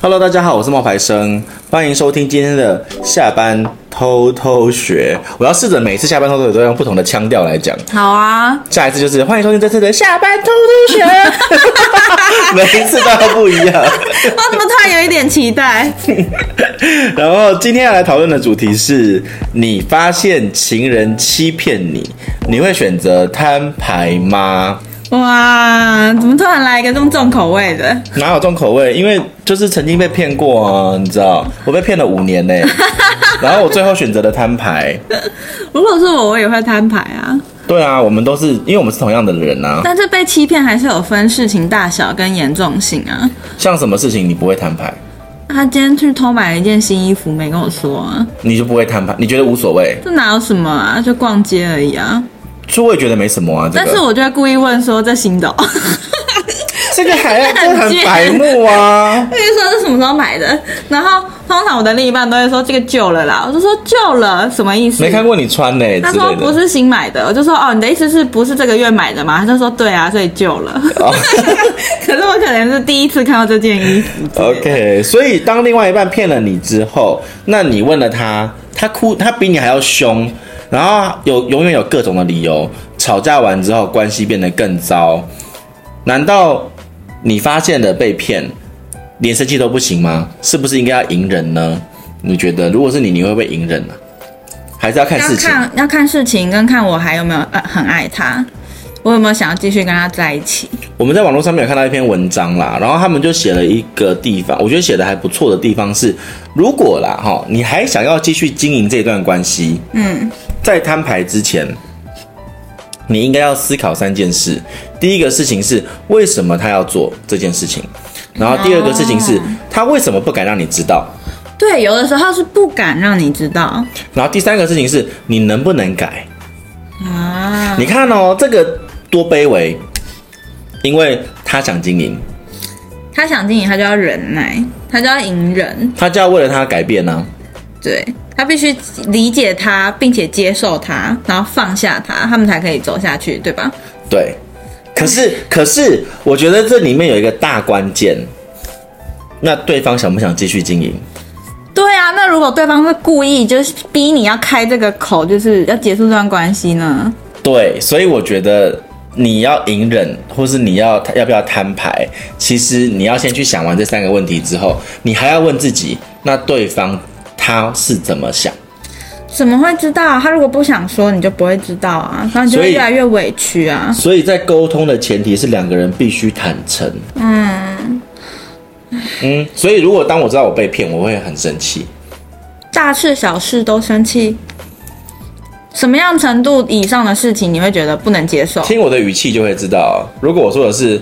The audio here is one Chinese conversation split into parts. Hello，大家好，我是冒牌生，欢迎收听今天的下班偷偷学。我要试着每次下班偷偷学都用不同的腔调来讲，好 啊，下一次就是欢迎收听这次的下班偷偷学， 每一次都要不一样。我怎么突然有一点期待？然后今天要来讨论的主题是：你发现情人欺骗你，你会选择摊牌吗？哇，怎么突然来一个这么重口味的？哪有重口味？因为就是曾经被骗过啊，你知道，我被骗了五年呢、然后我最后选择了摊牌。如果是我，我也会摊牌啊。对啊，我们都是因为我们是同样的人啊。但是被欺骗还是有分事情大小跟严重性啊。像什么事情你不会摊牌，他今天去偷买了一件新衣服，没跟我说啊，你就不会摊牌，你觉得无所谓？这哪有什么啊？就逛街而已啊。就我也觉得没什么啊。这个、但是我就会故意问说这新的、哦， 这个还要这很很贱白目啊。 我就说这什么时候买的？然后通常我的另一半都会说这个旧了啦，我就说旧了什么意思？没看过你穿呢、他之说类不的。是新买的，我就说哦，你的意思是不是这个月买的吗？他就说对啊，所以旧了。哦 可是我可能是第一次看到这件衣服之类的。 OK，所以当另外一半骗了你之后，那你问了他，他哭，他比你还要凶，然后有永远有各种的理由。吵架完之后，关系变得更糟。难道你发现了被骗，连生气都不行吗？是不是应该要隐忍呢？你觉得，如果是你，你会不会隐忍呢、还是要看要事情？看要看事情，跟看我还有没有呃很爱他，我有没有想要继续跟他在一起。我们在网络上面有看到一篇文章啦，然后他们就写了一个地方，我觉得写的还不错的地方是，如果啦哈，你还想要继续经营这段关系，嗯，在摊牌之前，你应该要思考三件事。第一个事情是为什么他要做这件事情，然后第二个事情是哦他为什么不敢让你知道，对，有的时候是不敢让你知道然后第三个事情是你能不能改。啊。你看哦，这个多卑微，因为他想经营，他想经营，他就要忍耐，他就要隐忍，他就要为了他改变呢、啊。对他必须理解他，并且接受他，然后放下他，他们才可以走下去，对吧？对，可是可是，我觉得这里面有一个大关键，那对方想不想继续经营？对啊，那如果对方是故意就是逼你要开这个口，就是要结束这段关系呢？对，所以我觉得你要隐忍，或是你要要不要摊牌，其实你要先去想完这三个问题之后，你还要问自己，那对方他是怎么想？怎么会知道？他如果不想说，你就不会知道啊，然后你就所会以越来越委屈啊。所以在沟通的前提是两个人必须坦诚。嗯嗯，所以如果当我知道我被骗，我会很生气。大事小事都生气，什么样程度以上的事情你会觉得不能接受？听我的语气就会知道，如果我说的是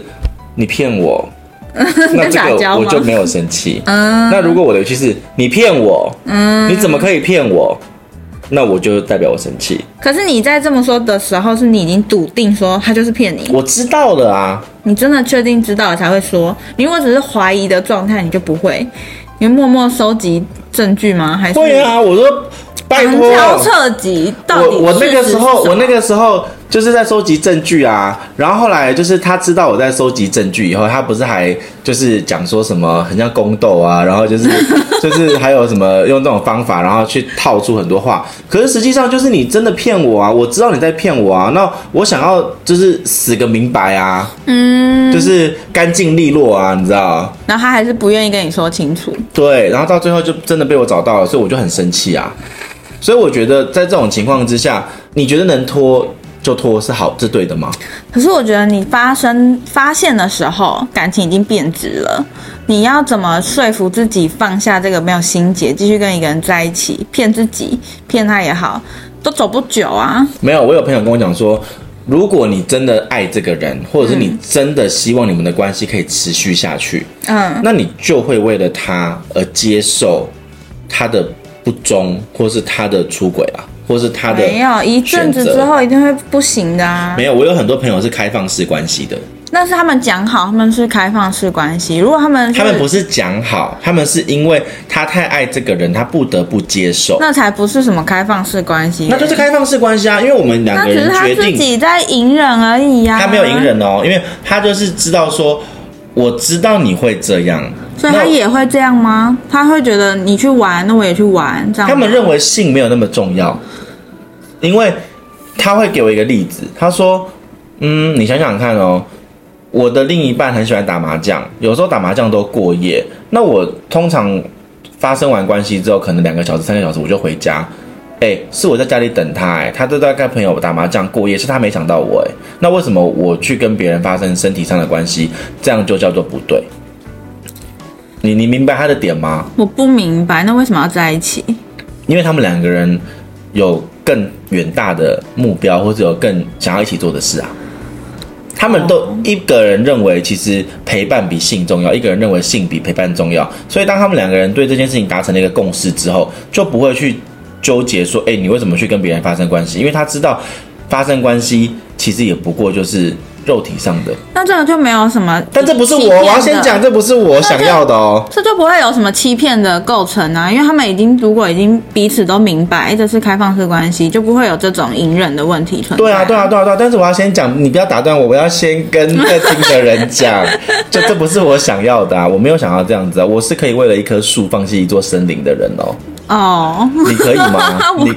你骗 我，那这在打个交我吗嗯就没有生 气。那如果我的语气是你骗我，你怎么可以骗我？那我就代表我生气。可是你在这么说的时候，是你已经笃定说他就是骗你，我知道了啊，你真的确定知道了才会说。你如果只是怀疑的状态，你就不会。你会默默收集证据吗？还是对啊，我说拜旁托。敲侧击，到底我我那个时候，事实是什么我那个时候就是在收集证据啊。然后后来就是他知道我在收集证据以后，他不是还就是讲说什么很像宫斗啊，然后就是 就是还有什么用这种方法，然后去套出很多话。可是实际上就是你真的骗我啊！我知道你在骗我啊，那我想要就是死个明白啊，嗯，就是干净利落啊，你知道？然后他还是不愿意跟你说清楚。对，然后到最后就真的被我找到了，所以我就很生气啊。所以我觉得在这种情况之下，你觉得能拖就拖是好是对的吗？可是我觉得你发生发现的时候，感情已经变质了。你要怎么说服自己放下这个没有心结，继续跟一个人在一起？骗自己，骗他也好，都走不久啊。没有，我有朋友跟我讲说，如果你真的爱这个人，或者是你真的希望你们的关系可以持续下去，嗯，那你就会为了他而接受他的不忠，或是他的出轨啊，或是他的没有一阵子之后一定会不行的啊。没有。我有很多朋友是开放式关系的，那是他们讲好，他们是开放式关系。如果他们是他们不是讲好，他们是因为他太爱这个人，他不得不接受，那才不是什么开放式关系，那就是开放式关系啊。因为我们两那个只是人他决自定，己啊在隐忍而已呀、啊他没有隐。忍哦，因为他就是知道说，我知道你会这样，所以他那也会这样吗？他会觉得你去玩，那我也去玩，这样吗。他们认为性没有那么重要，因为他会给我一个例子，他说：“嗯，你想想看哦，我的另一半很喜欢打麻将，有时候打麻将都过夜。那我通常发生完关系之后，可能两个小时、三个小时我就回家。哎、是我在家里等他、哎，他都在跟朋友打麻将过夜，是他没想到我、哎，那为什么我去跟别人发生身体上的关系，这样就叫做不对？你你明白他的点吗？我不明白，那为什么要在一起？因为他们两个人有更远大的目标，或者有更想要一起做的事啊。他们都一个人认为，其实陪伴比性重要；一个人认为性比陪伴重要。所以，当他们两个人对这件事情达成了一个共识之后，就不会去纠结说：“哎、你为什么去跟别人发生关系？”因为他知道，发生关系其实也不过就是肉体上的。那这个就没有什么，但这不是我，我要先讲，，这不是我想要的哦。这就不会有什么欺骗的构成啊，因为他们已经如果已经彼此都明白这是开放式关系，就不会有这种隐忍的问题存在。对啊，对啊，对啊，对啊！但是我要先讲，你不要打断我，我要先跟在听的人讲， 就这不是我想要的、啊，我没有想要这样子啊，我是可以为了一棵树放弃一座森林的人哦，哦，你可以吗 ？我你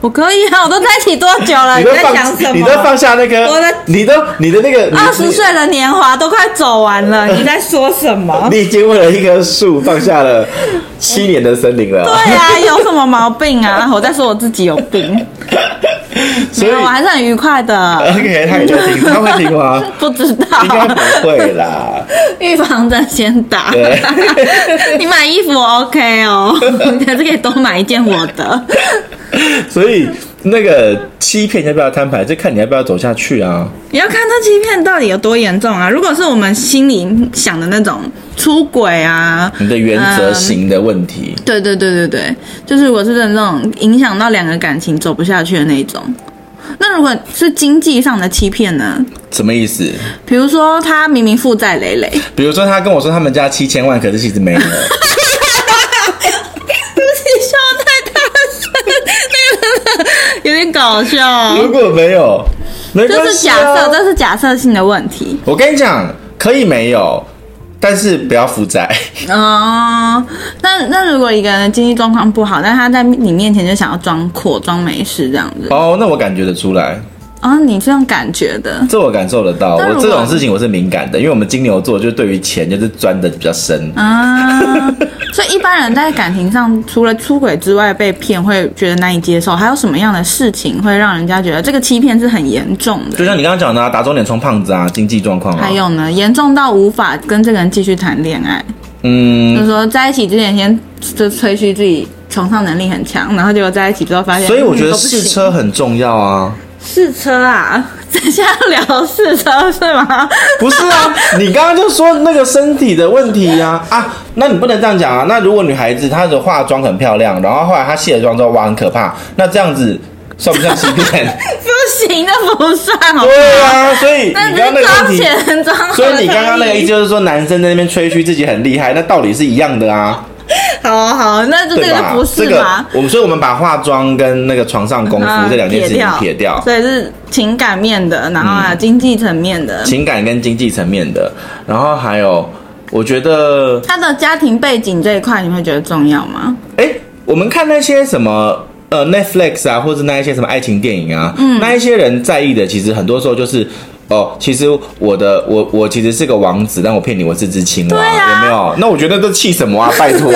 我可以啊，我都在一起多久了？你都在讲什放，你都么？放下那个我的，你都你的那个你二十岁的年华都快走完了，你在说什么？ 你已经为了一棵树放下了七年的森林了哦，对啊，有什么毛病啊？我在说我自己有病， 所没以有，我啊还是很愉快的。 OK，他也就听，他会听 吗？不知道，应该不会啦。预防针先打对。 你买衣服我 OK 哦， 你还是可以多买一件我的。所以那个欺骗要不要摊牌，就看你要不要走下去啊。你要看这欺骗到底有多严重啊！如果是我们心里想的那种出轨啊，你的原则型的问题，对对对对对，就是我是那种影响到两个感情走不下去的那种。那如果是经济上的欺骗呢？什么意思？比如说他明明负债累累，比如说他跟我说他们家七千万，可是其实没有。哦对不起，笑太大声，那个真的有点搞笑哦。如果没有，没这关是系、假啊。设，这是假设性的问题。我跟你讲，可以没有，但是不要负债。 嗯、那那如果一个人的经济状况不好，但他在你面前就想要装阔、装没事这样子，哦，那我感觉得出来，哦，你这种感觉的，这我感受得到。但如我果这种事情我是敏感的，因为我们金牛座就对于钱就是钻的比较深。啊，所以一般人在感情上，除了出轨之外被骗，会觉得难以接受。还有什么样的事情会让人家觉得这个欺骗是很严重的？就像你刚刚讲的、啊，打肿脸充胖子啊，经济状况啊，还有呢，严重到无法跟这个人继续谈恋爱，嗯，就是说在一起之前先就吹嘘自己床上能力很强，然后结果在一起之后发现，所以我觉嗯得都不行试车很重要啊。试车啊，等一下要聊试车是吗？不是啊， 你刚刚就说那个身体的问题呀、啊，那你不能这样讲啊。那如果女孩子她的化妆很漂亮，然后后来她卸了妆之后，哇，很可怕，那这样子算不算欺 骗？不行，那不算好。对啊，所以你那刚只刚那个是问装题，钱装好所以你刚刚那个而已意思就是说，男生在那边吹嘘自己很厉害，那道理是一样的啊，好好，那 就这对个就吧？不是这个嘛。，我们所以我们把化妆跟那个床上功夫嗯这两件事情撇掉，所以是情感面的，然后啊，经济层面的，情感跟经济层面的，然后还有，我觉得他的家庭背景这一块，你会觉得重要吗？哎、我们看那些什么呃 Netflix 啊，或者那一些什么爱情电影啊，嗯那一些人在意的，其实很多时候就是。哦，其实我的我我其实是个王子，但我骗你我是只青蛙，对啊有没有？那我觉得这气什么 啊？拜托，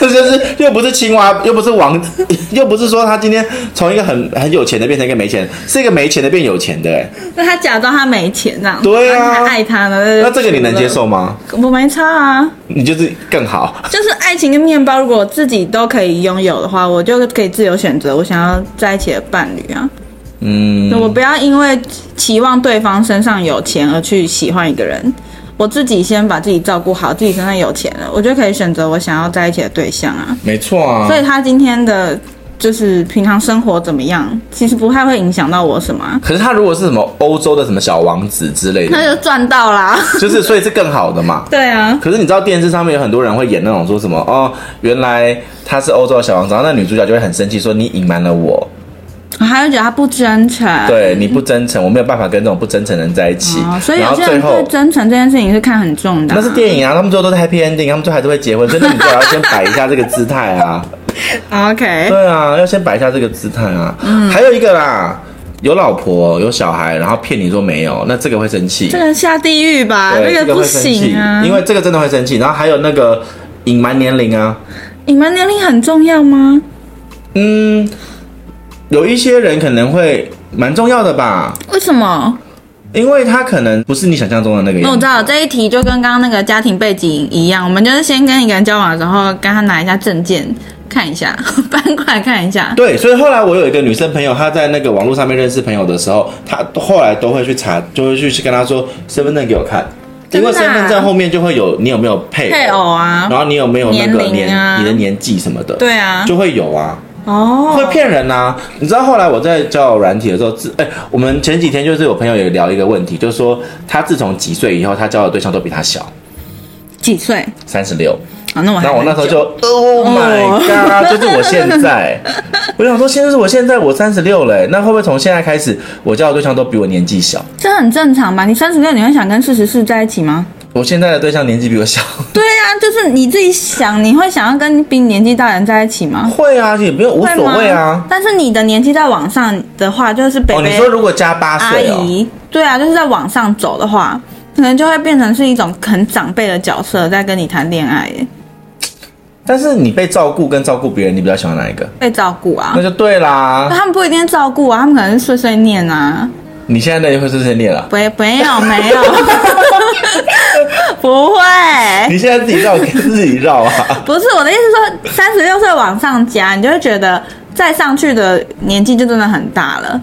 这就是又不是青蛙，又不是王， 又不是说他今天从一个很很有钱的变成一个没钱，是一个没钱的变有钱的、哎，那他假装他没钱这样，对啊然后他爱他呢？那这个你能接？受吗？我没差 啊，你就是更好，就是爱情跟面包，如果我自己都可以拥有的话，我就可以自由选择我想要在一起的伴侣啊。嗯，我不要因为期望对方身上有钱而去喜欢一个人，我自己先把自己照顾好，自己身上有钱了，我就可以选择我想要在一起的对象啊。没错啊。所以他今天的就是平常生活怎么样，其实不太会影响到我什么啊、可是他如果是什么欧洲的什么小王子之类的，那就赚到啦。就是所以是更好的嘛。嗯对啊，可是你知道电视上面有很多人会演那种说什么哦，原来他是欧洲的小王子，然后那女主角就会很生气说你隐瞒了我，他就觉得他不真诚。对，你不真诚，我没有办法跟这种不真诚的人在一起。哎哦，所以然后有些最人后对真诚这件事情是看很重的啊、那是电影啊，他们最后都是 happy ending，他们最后还是会结婚，所以那你就要先摆一下这个姿态啊。 OK，对啊，要先摆一下这个姿态啊。嗯，还有一个啦，有老婆有小孩，然后骗你说没有，那这个会生气。这个下地狱吧，对这这个不会生气行啊。因为这个真的会生气。然后还有那个隐瞒年龄啊，隐瞒年龄很重要吗？嗯，有一些人可能会蛮重要的吧，为什么？因为他可能不是你想象中的那个那我样知子。道这一题就跟刚刚那个家庭背景一样，我们就是先跟一个人交往的时候，跟他拿一下证件看一下， 搬过来看一下。对，所以后来我有一个女生朋友，她在那个网络上面认识朋友的时候，她后来都会去查，就会去去跟她说身份证给我看，因为真的啊身份证后面就会有你有没有配配偶啊然，后你有没有那个年龄年啊你的年纪什么的，对啊，就会有啊。哦，会骗人呐、啊你知道后来我在教友软体的时候，自哎、我们前几天就是有朋友也聊一个问题，就是说他自从几岁以后，他交的对象都比他小，几岁？三十六。啊，那我还那我那时候就 Oh my 哦 God，就是我现在， 我想说，现在是我现在我三十六了，那会不会从现在开始，我交的对象都比我年纪小？这很正常吧？你三十六，你会想跟四十四在一起吗？我现在的对象年纪比我小，对呀、就是你自己想，你会想要跟比你年纪大的人在一起吗？会啊，也没有无会所吗谓啊。但是你的年纪在往上的话，就是北哦，你北、说如果加八阿岁哦，姨，对啊，就是在往上走的话，可能就会变成是一种很长辈的角色在跟你谈恋爱耶，但是你被照顾跟照顾别人，你比较喜欢哪一个？被照顾啊那。就对啦那。他们不一定照顾啊，他们可能是碎碎念啊，你现在那也会碎碎念了。啊不，没有，没 有， 不会，你现在自己绕，自己绕 啊！不是我的意思说，三十六岁往上加，你就会觉得再上去的年纪就真的很大了。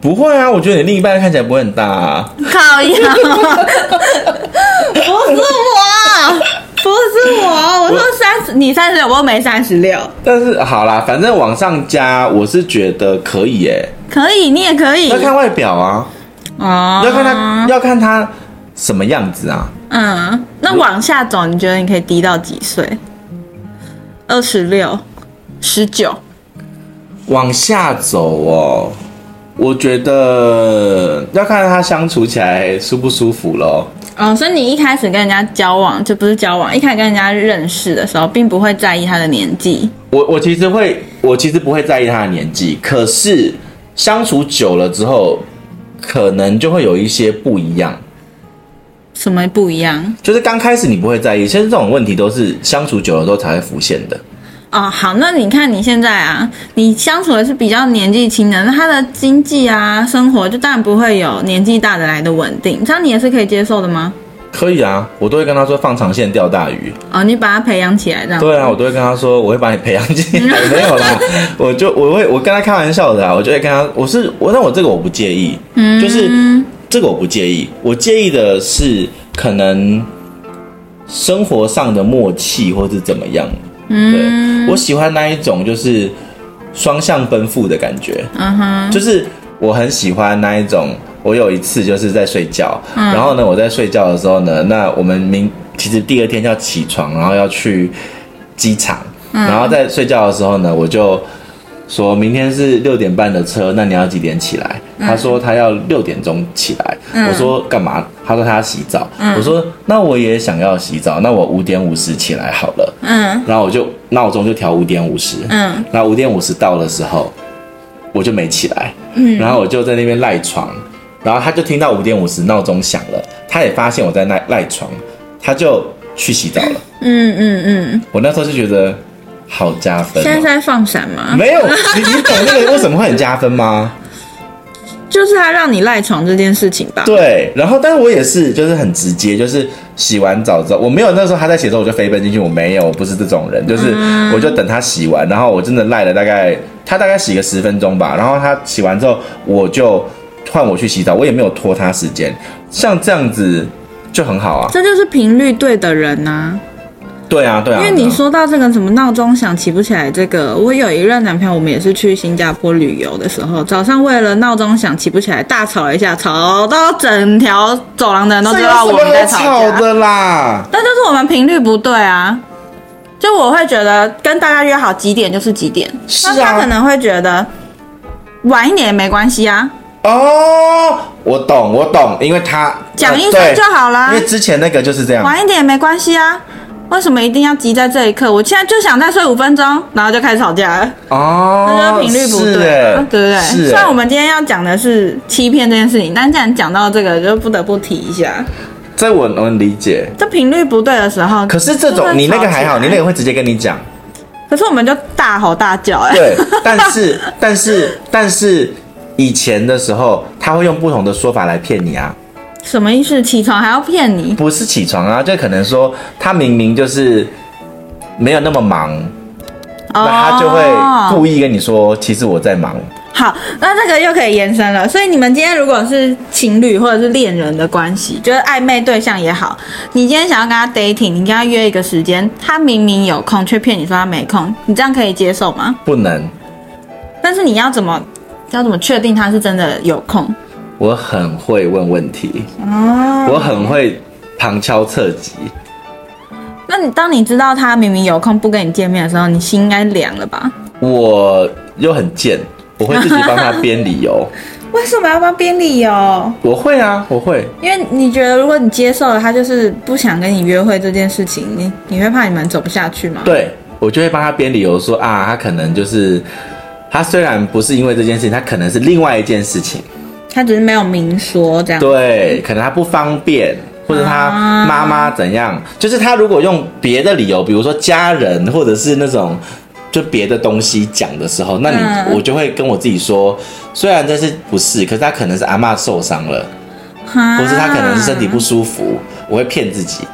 不会啊，我觉得你另一半看起来不会很大啊。靠呀！不是我，不是我，我说三十，你三十六，我又没三十六，但是好啦，反正往上加，我是觉得可以耶、可以，你也可以要看外表啊，哦。要看他，要看他什么样子啊。嗯，那往下走，你觉得你可以低到几岁？二十六、十九，往下走哦，我觉得要看他相处起来舒不舒服咯。哦，所以你一开始跟人家交往，就不是交往，一开始跟人家认识的时候，并不会在意他的年纪。我我其实会，我其实不会在意他的年纪，可是相处久了之后，可能就会有一些不一样。什么不一样就是刚开始你不会在意，其实这种问题都是相处久了之后才会浮现的。哦？好，那你看你现在啊，你相处的是比较年纪轻的，那他的经济啊、生活就当然不会有年纪大的来的稳定，这样你也是可以接受的吗？可以啊，我都会跟他说放长线钓大鱼。哦，你把他培养起来，这样对啊，我都会跟他说我会把你培养进来。没有啦，我就我会我跟他开玩笑的啊，我就会跟他，我是我那我这个我不介意，嗯就是这个我不介意，我介意的是可能生活上的默契或是怎么样。嗯我喜欢那一种就是双向奔赴的感觉。嗯哼，就是我很喜欢那一种。我有一次就是在睡觉，嗯然后呢，我在睡觉的时候呢，那我们明其实第二天要起床，然后要去机场，嗯然后在睡觉的时候呢，我就说明天是六点半的车，那你要几点起来？嗯他说他要六点钟起来，我说干嘛？他说他要洗澡，嗯我说那我也想要洗澡，那我五点五十起来好了，嗯然后我就闹钟就调五点五十，嗯然后五点五十到的时候，我就没起来，嗯，然后我就在那边赖床，然后他就听到五点五十闹钟响了，他也发现我在赖赖床，他就去洗澡了。嗯嗯嗯，我那时候就觉得好加分、现在是哦，在放闪吗？没有你你懂那个为什么会很加分吗？就是他让你赖床这件事情 吧？对，然后但是我也是就是很直接，就是洗完澡之后，我没有那时候他在洗的时候我就飞奔进去，我没有，我不是这种人，就是我就等他洗完，然后我真的赖了大概他大概洗个十分钟吧，然后他洗完之后我就换我去洗澡，我也没有拖他时间，像这样子就很好啊，这就是频率对的人呐、对啊对啊，因为对啊你说到这个什么闹钟响起不起来，这个我有一任男朋友，我们也是去新加坡旅游的时候，早上为了闹钟响起不起来大吵一下，吵到整条走廊的人都这知有道什我么们在好吵吵架。的啦，但就是我们频率不对啊，就我会觉得跟大家约好几点就是几点，是那啊他可能会觉得晚一点也没关系啊，哦，我懂，我懂，因为他呃讲一声对就好啊啦因为之前那个就是这样，晚一点也没关系啊。为什么一定要急在这一刻？我现在就想再睡五分钟，然后就开始吵架了，那哦，就是频率不是对嘛欸，对不对？是欸，虽然我们今天要讲的是欺骗这件事情，但既然讲到这个，就不得不提一下，这我能理解。这频率不对的时候，可是这种你那个还好，你那个，个会直接跟你讲，可是我们就大吼大叫、哎，对。但是但是但是以前的时候，他会用不同的说法来骗你啊，什么意思？起床还要骗你？不是起床啊，就可能说他明明就是没有那么忙，那他就会哦、故意跟你说，其实我在忙。好，那这个又可以延伸了。所以你们今天如果是情侣或者是恋人的关系，就是暧昧对象也好，你今天想要跟他 dating，你跟他约一个时间，他明明有空却骗你说他没空，你这样可以接受吗？不能，但是你要怎么要怎么确定他是真的有空？我很会问问题，哦，我很会旁敲侧击。那你当你知道他明明有空不跟你见面的时候，你心应该凉了吧？我又很贱，我会自己帮他编理由。为什么要帮编理由？我会啊，我会。因为你觉得，如果你接受了他就是不想跟你约会这件事情，你你会怕你们走不下去吗？对，我就会帮他编理由说啊，他可能就是他虽然不是因为这件事情，他可能是另外一件事情，他只是没有明说这样。对，可能他不方便，或者他啊妈妈怎样，就是他如果用别的理由，比如说家人或者是那种。就别的东西讲的时候，那你、嗯我就会跟我自己说，虽然这是不是，可是他可能是阿嬷受伤了，哈或是他可能是身体不。舒服，我会骗自己。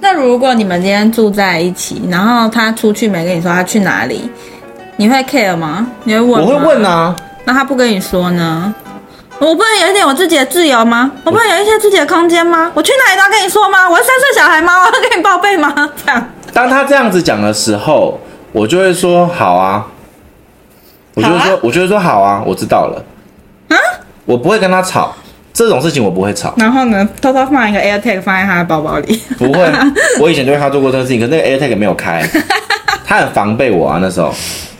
那如果你们今天住在一起，然后他出去没跟你说他去哪里，你会 care 吗？你会问？我会问。啊，那他不跟你说呢？我不能有一点我自己的自由吗？我不能有一些自己的空间吗？我去哪里都要跟你说吗？我是三岁小孩吗？我要跟你报备吗？这样。当他这样子讲的时候，我就会说好啊，我就会好说，啊我就会说好啊，我知道了，啊？，我不会跟他吵，这种事情我不会吵然后呢，偷偷放一个 AirTag 放在他的包包里。不 会。我以前就为他做过这个事情，可是那个 AirTag 没有开，他很防备我啊那时候，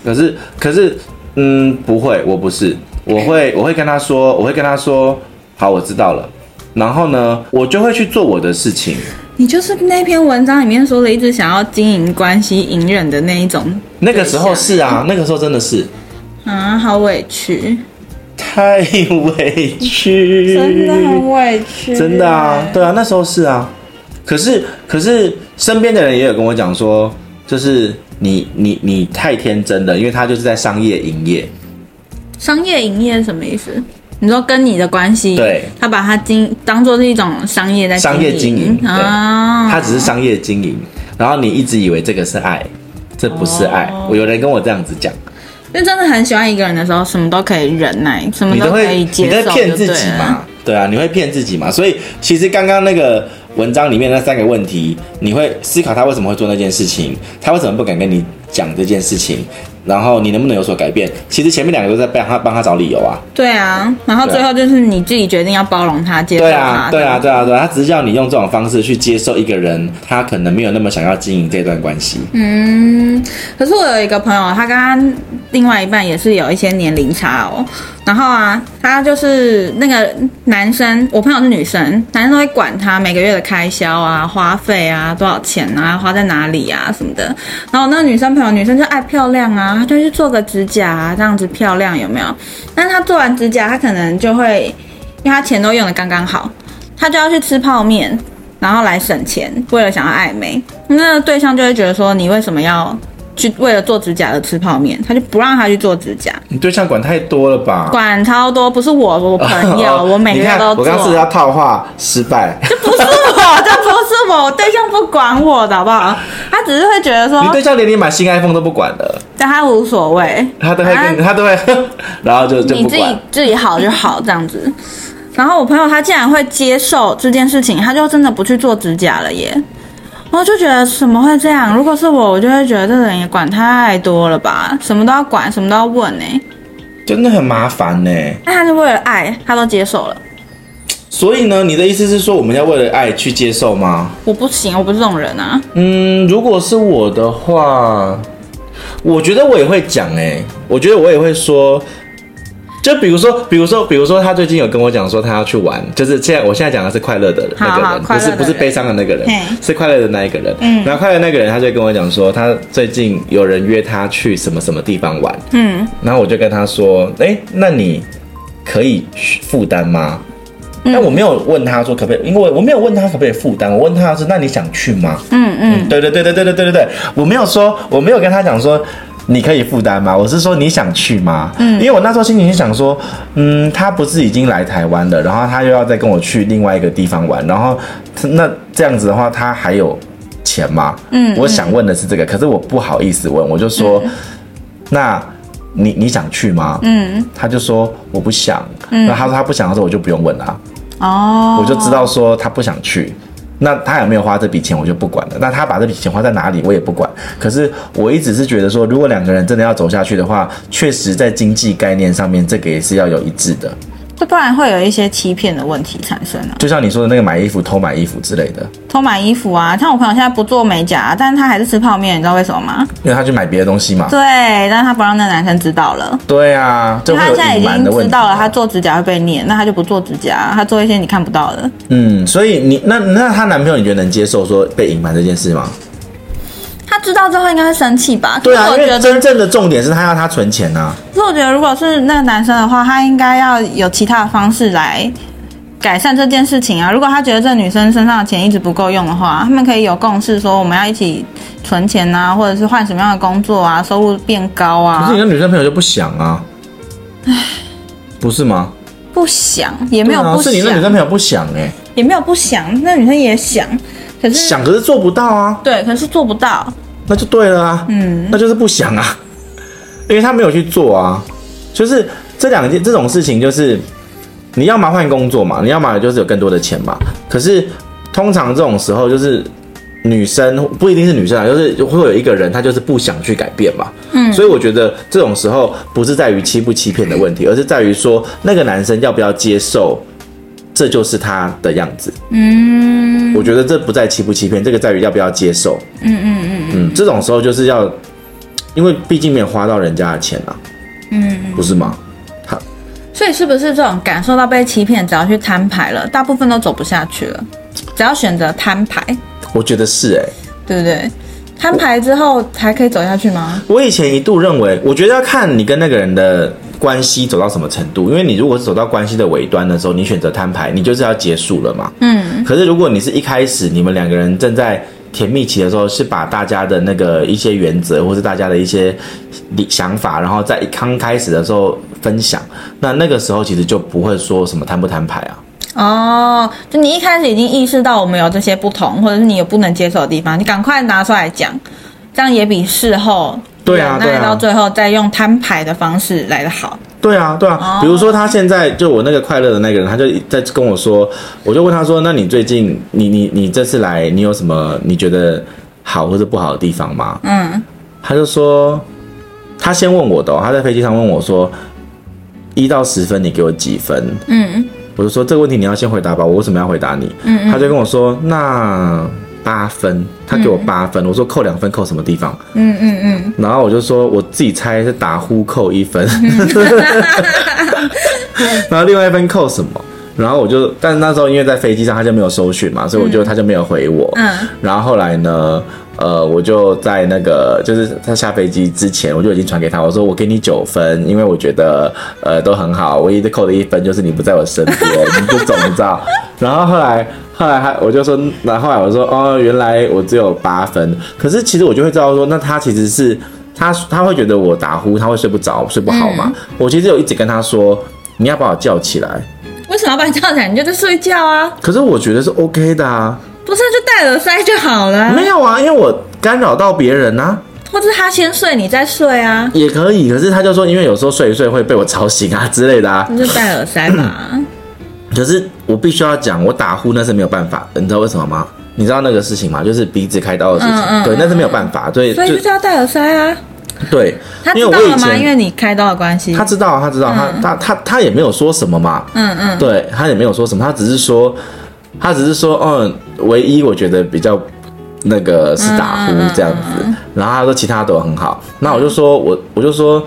可是可是嗯，不会，我不是，我会我会跟他说，我会跟他说，好，我知道了，然后呢，我就会去做我的事情，你就是那篇文章里面说的，一直想要经营关系、隐忍的那一种。那个时候是啊，那个时候真的是。啊，好委屈，太委屈，真的很委屈，真的啊，对啊，那时候是啊。可是可是身边的人也有跟我讲说，就是你你你太天真了，因为他就是在商业营业，商业营业是什么意思？你说跟你的关系，对，他把它经当做是一种商业在商业经营对啊，他只是商业经营，然后你一直以为这个是爱，这不是爱。哦我有人跟我这样子讲，就真的很喜欢一个人的时候，什么都可以忍耐，什么你都可会以你接在受，骗自己嘛？对啊，你会骗自己嘛？所以其实刚刚那个文章里面那三个问题，你会思考他为什么会做那件事情，他为什么不敢跟你讲这件事情，然后你能不能有所改变？其实前面两个都在帮他帮他找理由啊。对啊，然后对啊最后就是你自己决定要包容他、接受对他啊，，对啊，对啊，对啊，他只是叫你用这种方式去接受一个人，他可能没有那么想要经营这段关系。嗯，可是我有一个朋友，他跟他另外一半也是有一些年龄差哦。然后啊，他就是那个男生，我朋友是女生，男生都会管他每个月的开销啊、花费啊、多少钱啊、花在哪里啊什么的。然后那个女生朋友，女生就爱漂亮啊，她就去做个指甲啊，这样子漂亮有没有？但是她做完指甲，她可能就会，因为她钱都用的刚刚好，她就要去吃泡面，然后来省钱，为了想要暧昧，那个对象就会觉得说你为什么要去为了做指甲而吃泡面，他就不让他去做指甲，你对象管太多了吧？管超多，不是我，我朋 友，我每个你月看都我做，刚刚是啊不是要套话失败？不是我，这不是我，我对象不管我的好不好？他只是会觉 得你说，对象连你买新 iPhone 都不管了，但他无所谓，他都会啊跟、他都会， 然后就就你不自己管。自己好就好这样子。然后我朋友他竟然会接受这件事情，他就真的不去做指甲了耶。我就觉得怎么会这样？如果是我，我就会觉得这个人也管太多了吧，什么都要管，什么都要问哎。真的很麻烦呢、那他是为了爱，他都接受了。所以呢，你的意思是说我们要为了爱去接受吗？我不行，我不是这种人啊。嗯，如果是我的话，我觉得我也会讲哎、我觉得我也会说，就比如说，比如说，比如说，他最近有跟我讲说他要去玩，就是现在我现在讲的是快乐的那个好好人，快不乐是的不是人悲伤的那个人嘿，是快乐的那一个人。嗯然后快乐那个人他就跟我讲说，他最近有人约他去什么什么地方玩，嗯然后我就跟他说，哎、那你可以负担吗？但我没有问他说可不可以，因为我我没有问他可不可以负担，我问他的是那你想去吗？嗯 嗯，对对对对对对对对对，我没有说，我没有跟他讲说你可以负担吗？我是说你想去吗？嗯，因为我那时候心里是想说，嗯，他不是已经来台湾了，然后他又要再跟我去另外一个地方玩，然后那这样子的话，他还有钱吗？嗯我想问的是这个，可是我不好意思问，我就说，那你你想去吗？嗯他就说我不想，然后他说他不想的时候，我就不用问了、哦，我就知道说他不想去。那他有没有花这笔钱，我就不管了。那他把这笔钱花在哪里，我也不管。可是我一直是觉得说，如果两个人真的要走下去的话，确实在经济概念上面，这个也是要有一致的。这不然会有一些欺骗的问题产生啊，就像你说的那个买衣服、偷买衣服之类的，偷买衣服啊，像我朋友现在不做美甲、啊但是他还是吃泡面，你知道为什么吗？因为他去买别的东西嘛。对，但是他不让那男生知道了。对啊，这因为会有他现在已隐瞒经的问知题。道了，他做指甲会被念，那他就不做指甲，他做一些你看不到的。嗯，所以你那那她男朋友，你觉得能接受说被隐瞒这件事吗？他知道之后应该会生气吧？对可啊，是因我为觉得，真正的重点是他要他存钱啊。可是我觉得如果是那个男生的话，他应该要有其他的方式来改善这件事情啊。如果他觉得这女生身上的钱一直不够用的话，他们可以有共识，说我们要一起存钱啊，或者是换什么样的工作啊，收入变高可啊是你。的女生朋友就不想啊，不是吗？不想也没有对啊不是想，你那女生朋友不想哎、也没有不想，那女生也想，可是想可是做不到啊，对，可是做不到。那就对了啊，嗯，那就是不想啊， 因为她没有去做啊，就是这两件这种事情就是你要么换工作嘛，你要么就是有更多的钱嘛，可是通常这种时候就是。女生不一定是女生啊，就是会有一个人，她就是不想去改变嘛。嗯，所以我觉得这种时候不是在于欺不欺骗的问题，而是在于说那个男生要不要接受，这就是他的样子。嗯。我觉得这不在欺不欺骗，这个在于要不要接受。嗯嗯嗯嗯，这种时候就是要，因为毕竟没有花到人家的钱啊。嗯，不是吗？所以是不是这种感受到被欺骗，只要去摊牌了，大部分都走不下去了？只要选择摊牌，我觉得是哎、对不对？摊牌之后还可以走下去吗？我以前一度认为，我觉得要看你跟那个人的关系走到什么程度，因为你如果是走到关系的尾端的时候，你选择摊牌，你就是要结束了嘛。嗯，可是如果你是一开始你们两个人正在甜蜜期的时候，是把大家的那个一些原则，或是大家的一些理想法，然后在刚开始的时候分享，那那个时候其实就不会说什么摊不摊牌啊。哦，就你一开始已经意识到我们有这些不同，或者是你有不能接受的地方，你赶快拿出来讲，这样也比事后对啊忍对耐啊到最后再用摊牌的方式来的好。对啊，对啊哦，比如说他现在就我那个快乐的那个人，他就在跟我说，我就问他说，那你最近你你你这次来，你有什么你觉得好或者不好的地方吗？嗯他就说，他先问我的、哦，他在飞机上问我说，一到十分你给我几分？嗯我就说这个问题你要先回答吧，我为什么要回答你？嗯他就跟我说那八分，他给我八分，我说扣两分扣什么地方？嗯嗯嗯，然后我就说我自己猜是打呼扣一 分， 然后另外一分扣什么？然后我就，但那时候因为在飞机上他就没有收讯嘛，所以我就、他就没有回我。嗯，然后后来呢，呃，我就在那个就是他下飞机之前，我就已经传给他，我说我给你九分，因为我觉得呃都很好，唯一的扣的一分就是你不在我身边，你这种你知道。然后后来后来他我就说，然后后来我说哦，原来我只有八分，可是其实我就会知道说，那他其实是他他会觉得我打呼，他会睡不着，睡不好嘛。嗯我其实有一直跟他说，你要把我叫起来，为什么要把你叫起来？你就在睡觉啊，可是我觉得是 OK 的啊，不是就戴耳塞就好了啊。没有啊，因为我干扰到别人啊。或者他先睡，你再睡啊，也可以，可是他就说，因为有时候睡一睡会被我吵醒啊 之类的啊。你就戴耳塞嘛。可是我必须要讲，我打呼那是没有办法，你知道为什么吗？你知道那个事情吗？就是鼻子开刀的事情，嗯嗯对，嗯那是没有办法，对，所 以就就是要戴耳塞啊。对，他知因为道我以了吗？因前为你开刀的关系。他知道，他知道，他他他他也没有说什么嘛，嗯嗯对哦他也没有说什么，他只是说，他只是说，嗯，唯一我觉得比较那个是打嗯呼这样子，然后他说其他都很好，那我就说我我就说，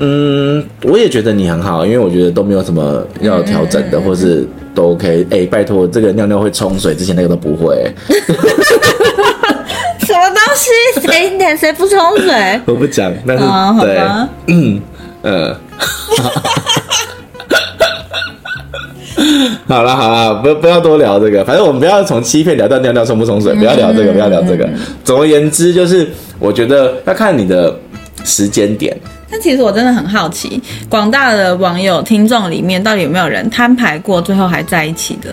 嗯，我也觉得你很好，因为我觉得都没有什么嗯要调整的，或是都 OK。哎、拜托，这个尿尿会冲水，之前那个都不会，什么东西？ 谁脸谁不冲 水？我不讲，但是、哦，好对，吧，呃， 好了好了，不不要多聊这个，反正我们不要从欺骗聊到尿尿冲不冲水，不要聊这嗯个，不要聊这个。总而言之，就是我觉得要看你的时间点。但其实我真的很好奇，广大的网友听众里面到底有没有人摊牌过，最后还在一起的？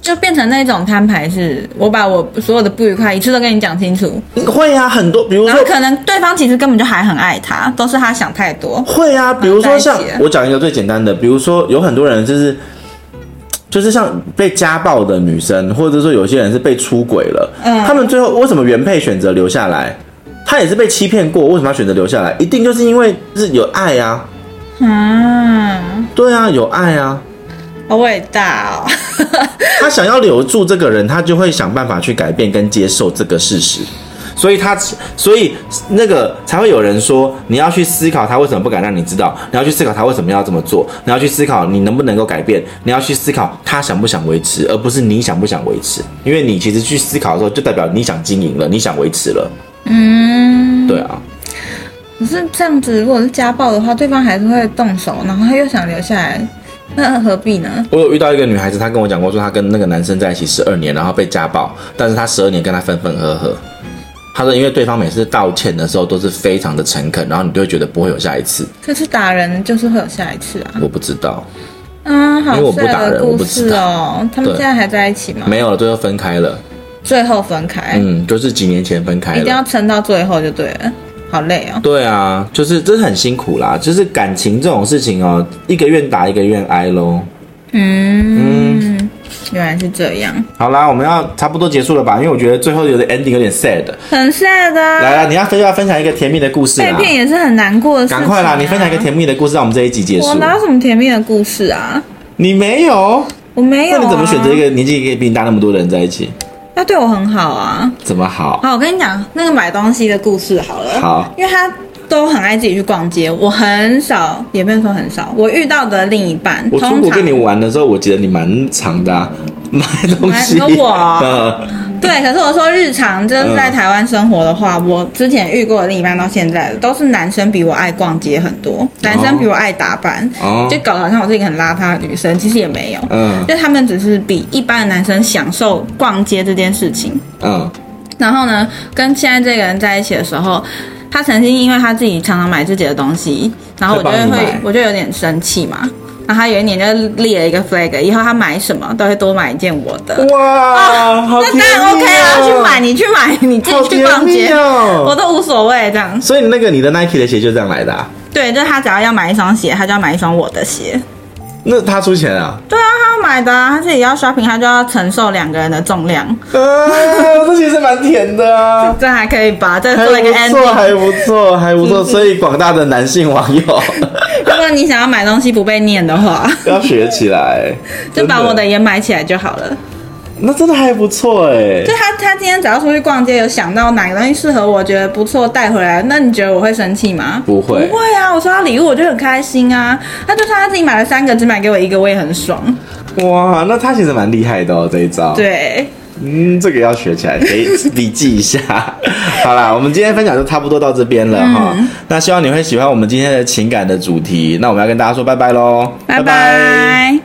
就变成那种摊牌是，我把我所有的不愉快一次都跟你讲清楚，会啊，很多，比如然说后可能对方其实根本就还很爱他，都是他想太多。会啊，比如说像在一起啊我讲一个最简单的，比如说有很多人就是就是像被家暴的女生，或者说有些人是被出轨了，嗯他们最后为什么原配选择留下来？他也是被欺骗过，为什么要选择留下来？一定就是因为是有爱啊，嗯，对啊，有爱啊，好伟大哦！他想要留住这个人，他就会想办法去改变跟接受这个事实。所以他，所以那个才会有人说，你要去思考他为什么不敢让你知道，你要去思考他为什么要这么做，你要去思考你能不能够改变，你要去思考他想不想维持，而不是你想不想维持。因为你其实去思考的时候，就代表你想经营了，你想维持了。嗯，对啊， 可是这样子，如果是家暴的话，对方还是会动手，然后他又想留下来，那何必呢？我有遇到一个女孩子，她跟我讲过，说她跟那个男生在一起十二年，然后被家暴，但是她十二年跟他分分合合。她说，因为对方每次道歉的时候都是非常的诚恳，然后你就会觉得不会有下一次。可是打人就是会有下一次啊。我不知道，嗯，好因为我不打帅人的我故不知事哦。他们对现在还在一起吗？没有了，最后分开了。最后分开，嗯，就是几年前分哎一开定要了。撑到最后就对了。好累哦。对啊，就是真的很辛苦啦，就是感情这种事情哦，一个愿打一个愿挨喽。嗯，原来是这样，好啦，我们要差不多结束了吧？因为我觉得最后有的 ending 有点 sad。很 sad 啊。来啦，你要分要分享一个甜蜜的故事被啦，骗也是很难过的事情、啊。赶快啦，你分享一个。甜蜜的故事，让我们这一集结束。我哪有什么甜蜜的故事啊？你没有？我没那有、啊。你怎么选择一？个年纪可以比你大那么多的人在一起？他对我很好啊。怎么好？好，我跟你讲那个买东西的故事好了。好，因为他都很爱自己去逛街，我很少，也不能说很少，我遇到的另一半，我出通国常跟你玩的时候，我觉得你蛮长的、啊， 买东西。买你说我啊 嗯对，可是我说日常就是在台湾生活的话，我之前遇过的另一半到现在的都是男生比我爱逛街很多，男生比我爱打扮，哦就搞得好像我是一个很邋遢的女生，其实也没有，嗯就他们只是比一般的男生享受逛街这件事情。嗯然后呢，跟现在这个人在一起的时候，他曾经因为他自己常常买自己的东西，然后我就他帮你会买我就有点生气嘛。然后他有一年就立了一个 flag，以后他买什么都会多买一件我的。 哇，好那甜蜜、当然哦、 OK 啊，去买，你去买，你自好己去甜逛蜜街，我哦。都无所谓这样。所以那个你的 Nike 的鞋就这样来的、啊？对，就是他只要要买一双鞋，他就要买一双我的鞋。那他出钱 啊？对啊，他要买的、啊，他自己要 shopping，他就要承受两个人的重量。啊，这其实蛮甜的啊。这还可以吧？这还 做了一个不错， ending。还不错，还不错。所以广大的男性网 友如果你想要买东西不被念的话，要学起来，就把真我的也买起来就好了。那真的还不错哎、就他，他今天只要出去逛街，有想到哪个东西适合我，觉得不错带回来，那你觉得我会生气吗？不会不会啊！我收到礼物我就很开心啊。他就算他自己买了三个，只买给我一个，我也很爽。哇，那他其实蛮厉害的哦，这一招。，对，嗯，这个要学起来，可以 笔记一下。好啦，我们今天分享就差不多到这边了哈、那希望你会喜欢我们今天的情感的主题。那我们要跟大家说拜拜喽，拜拜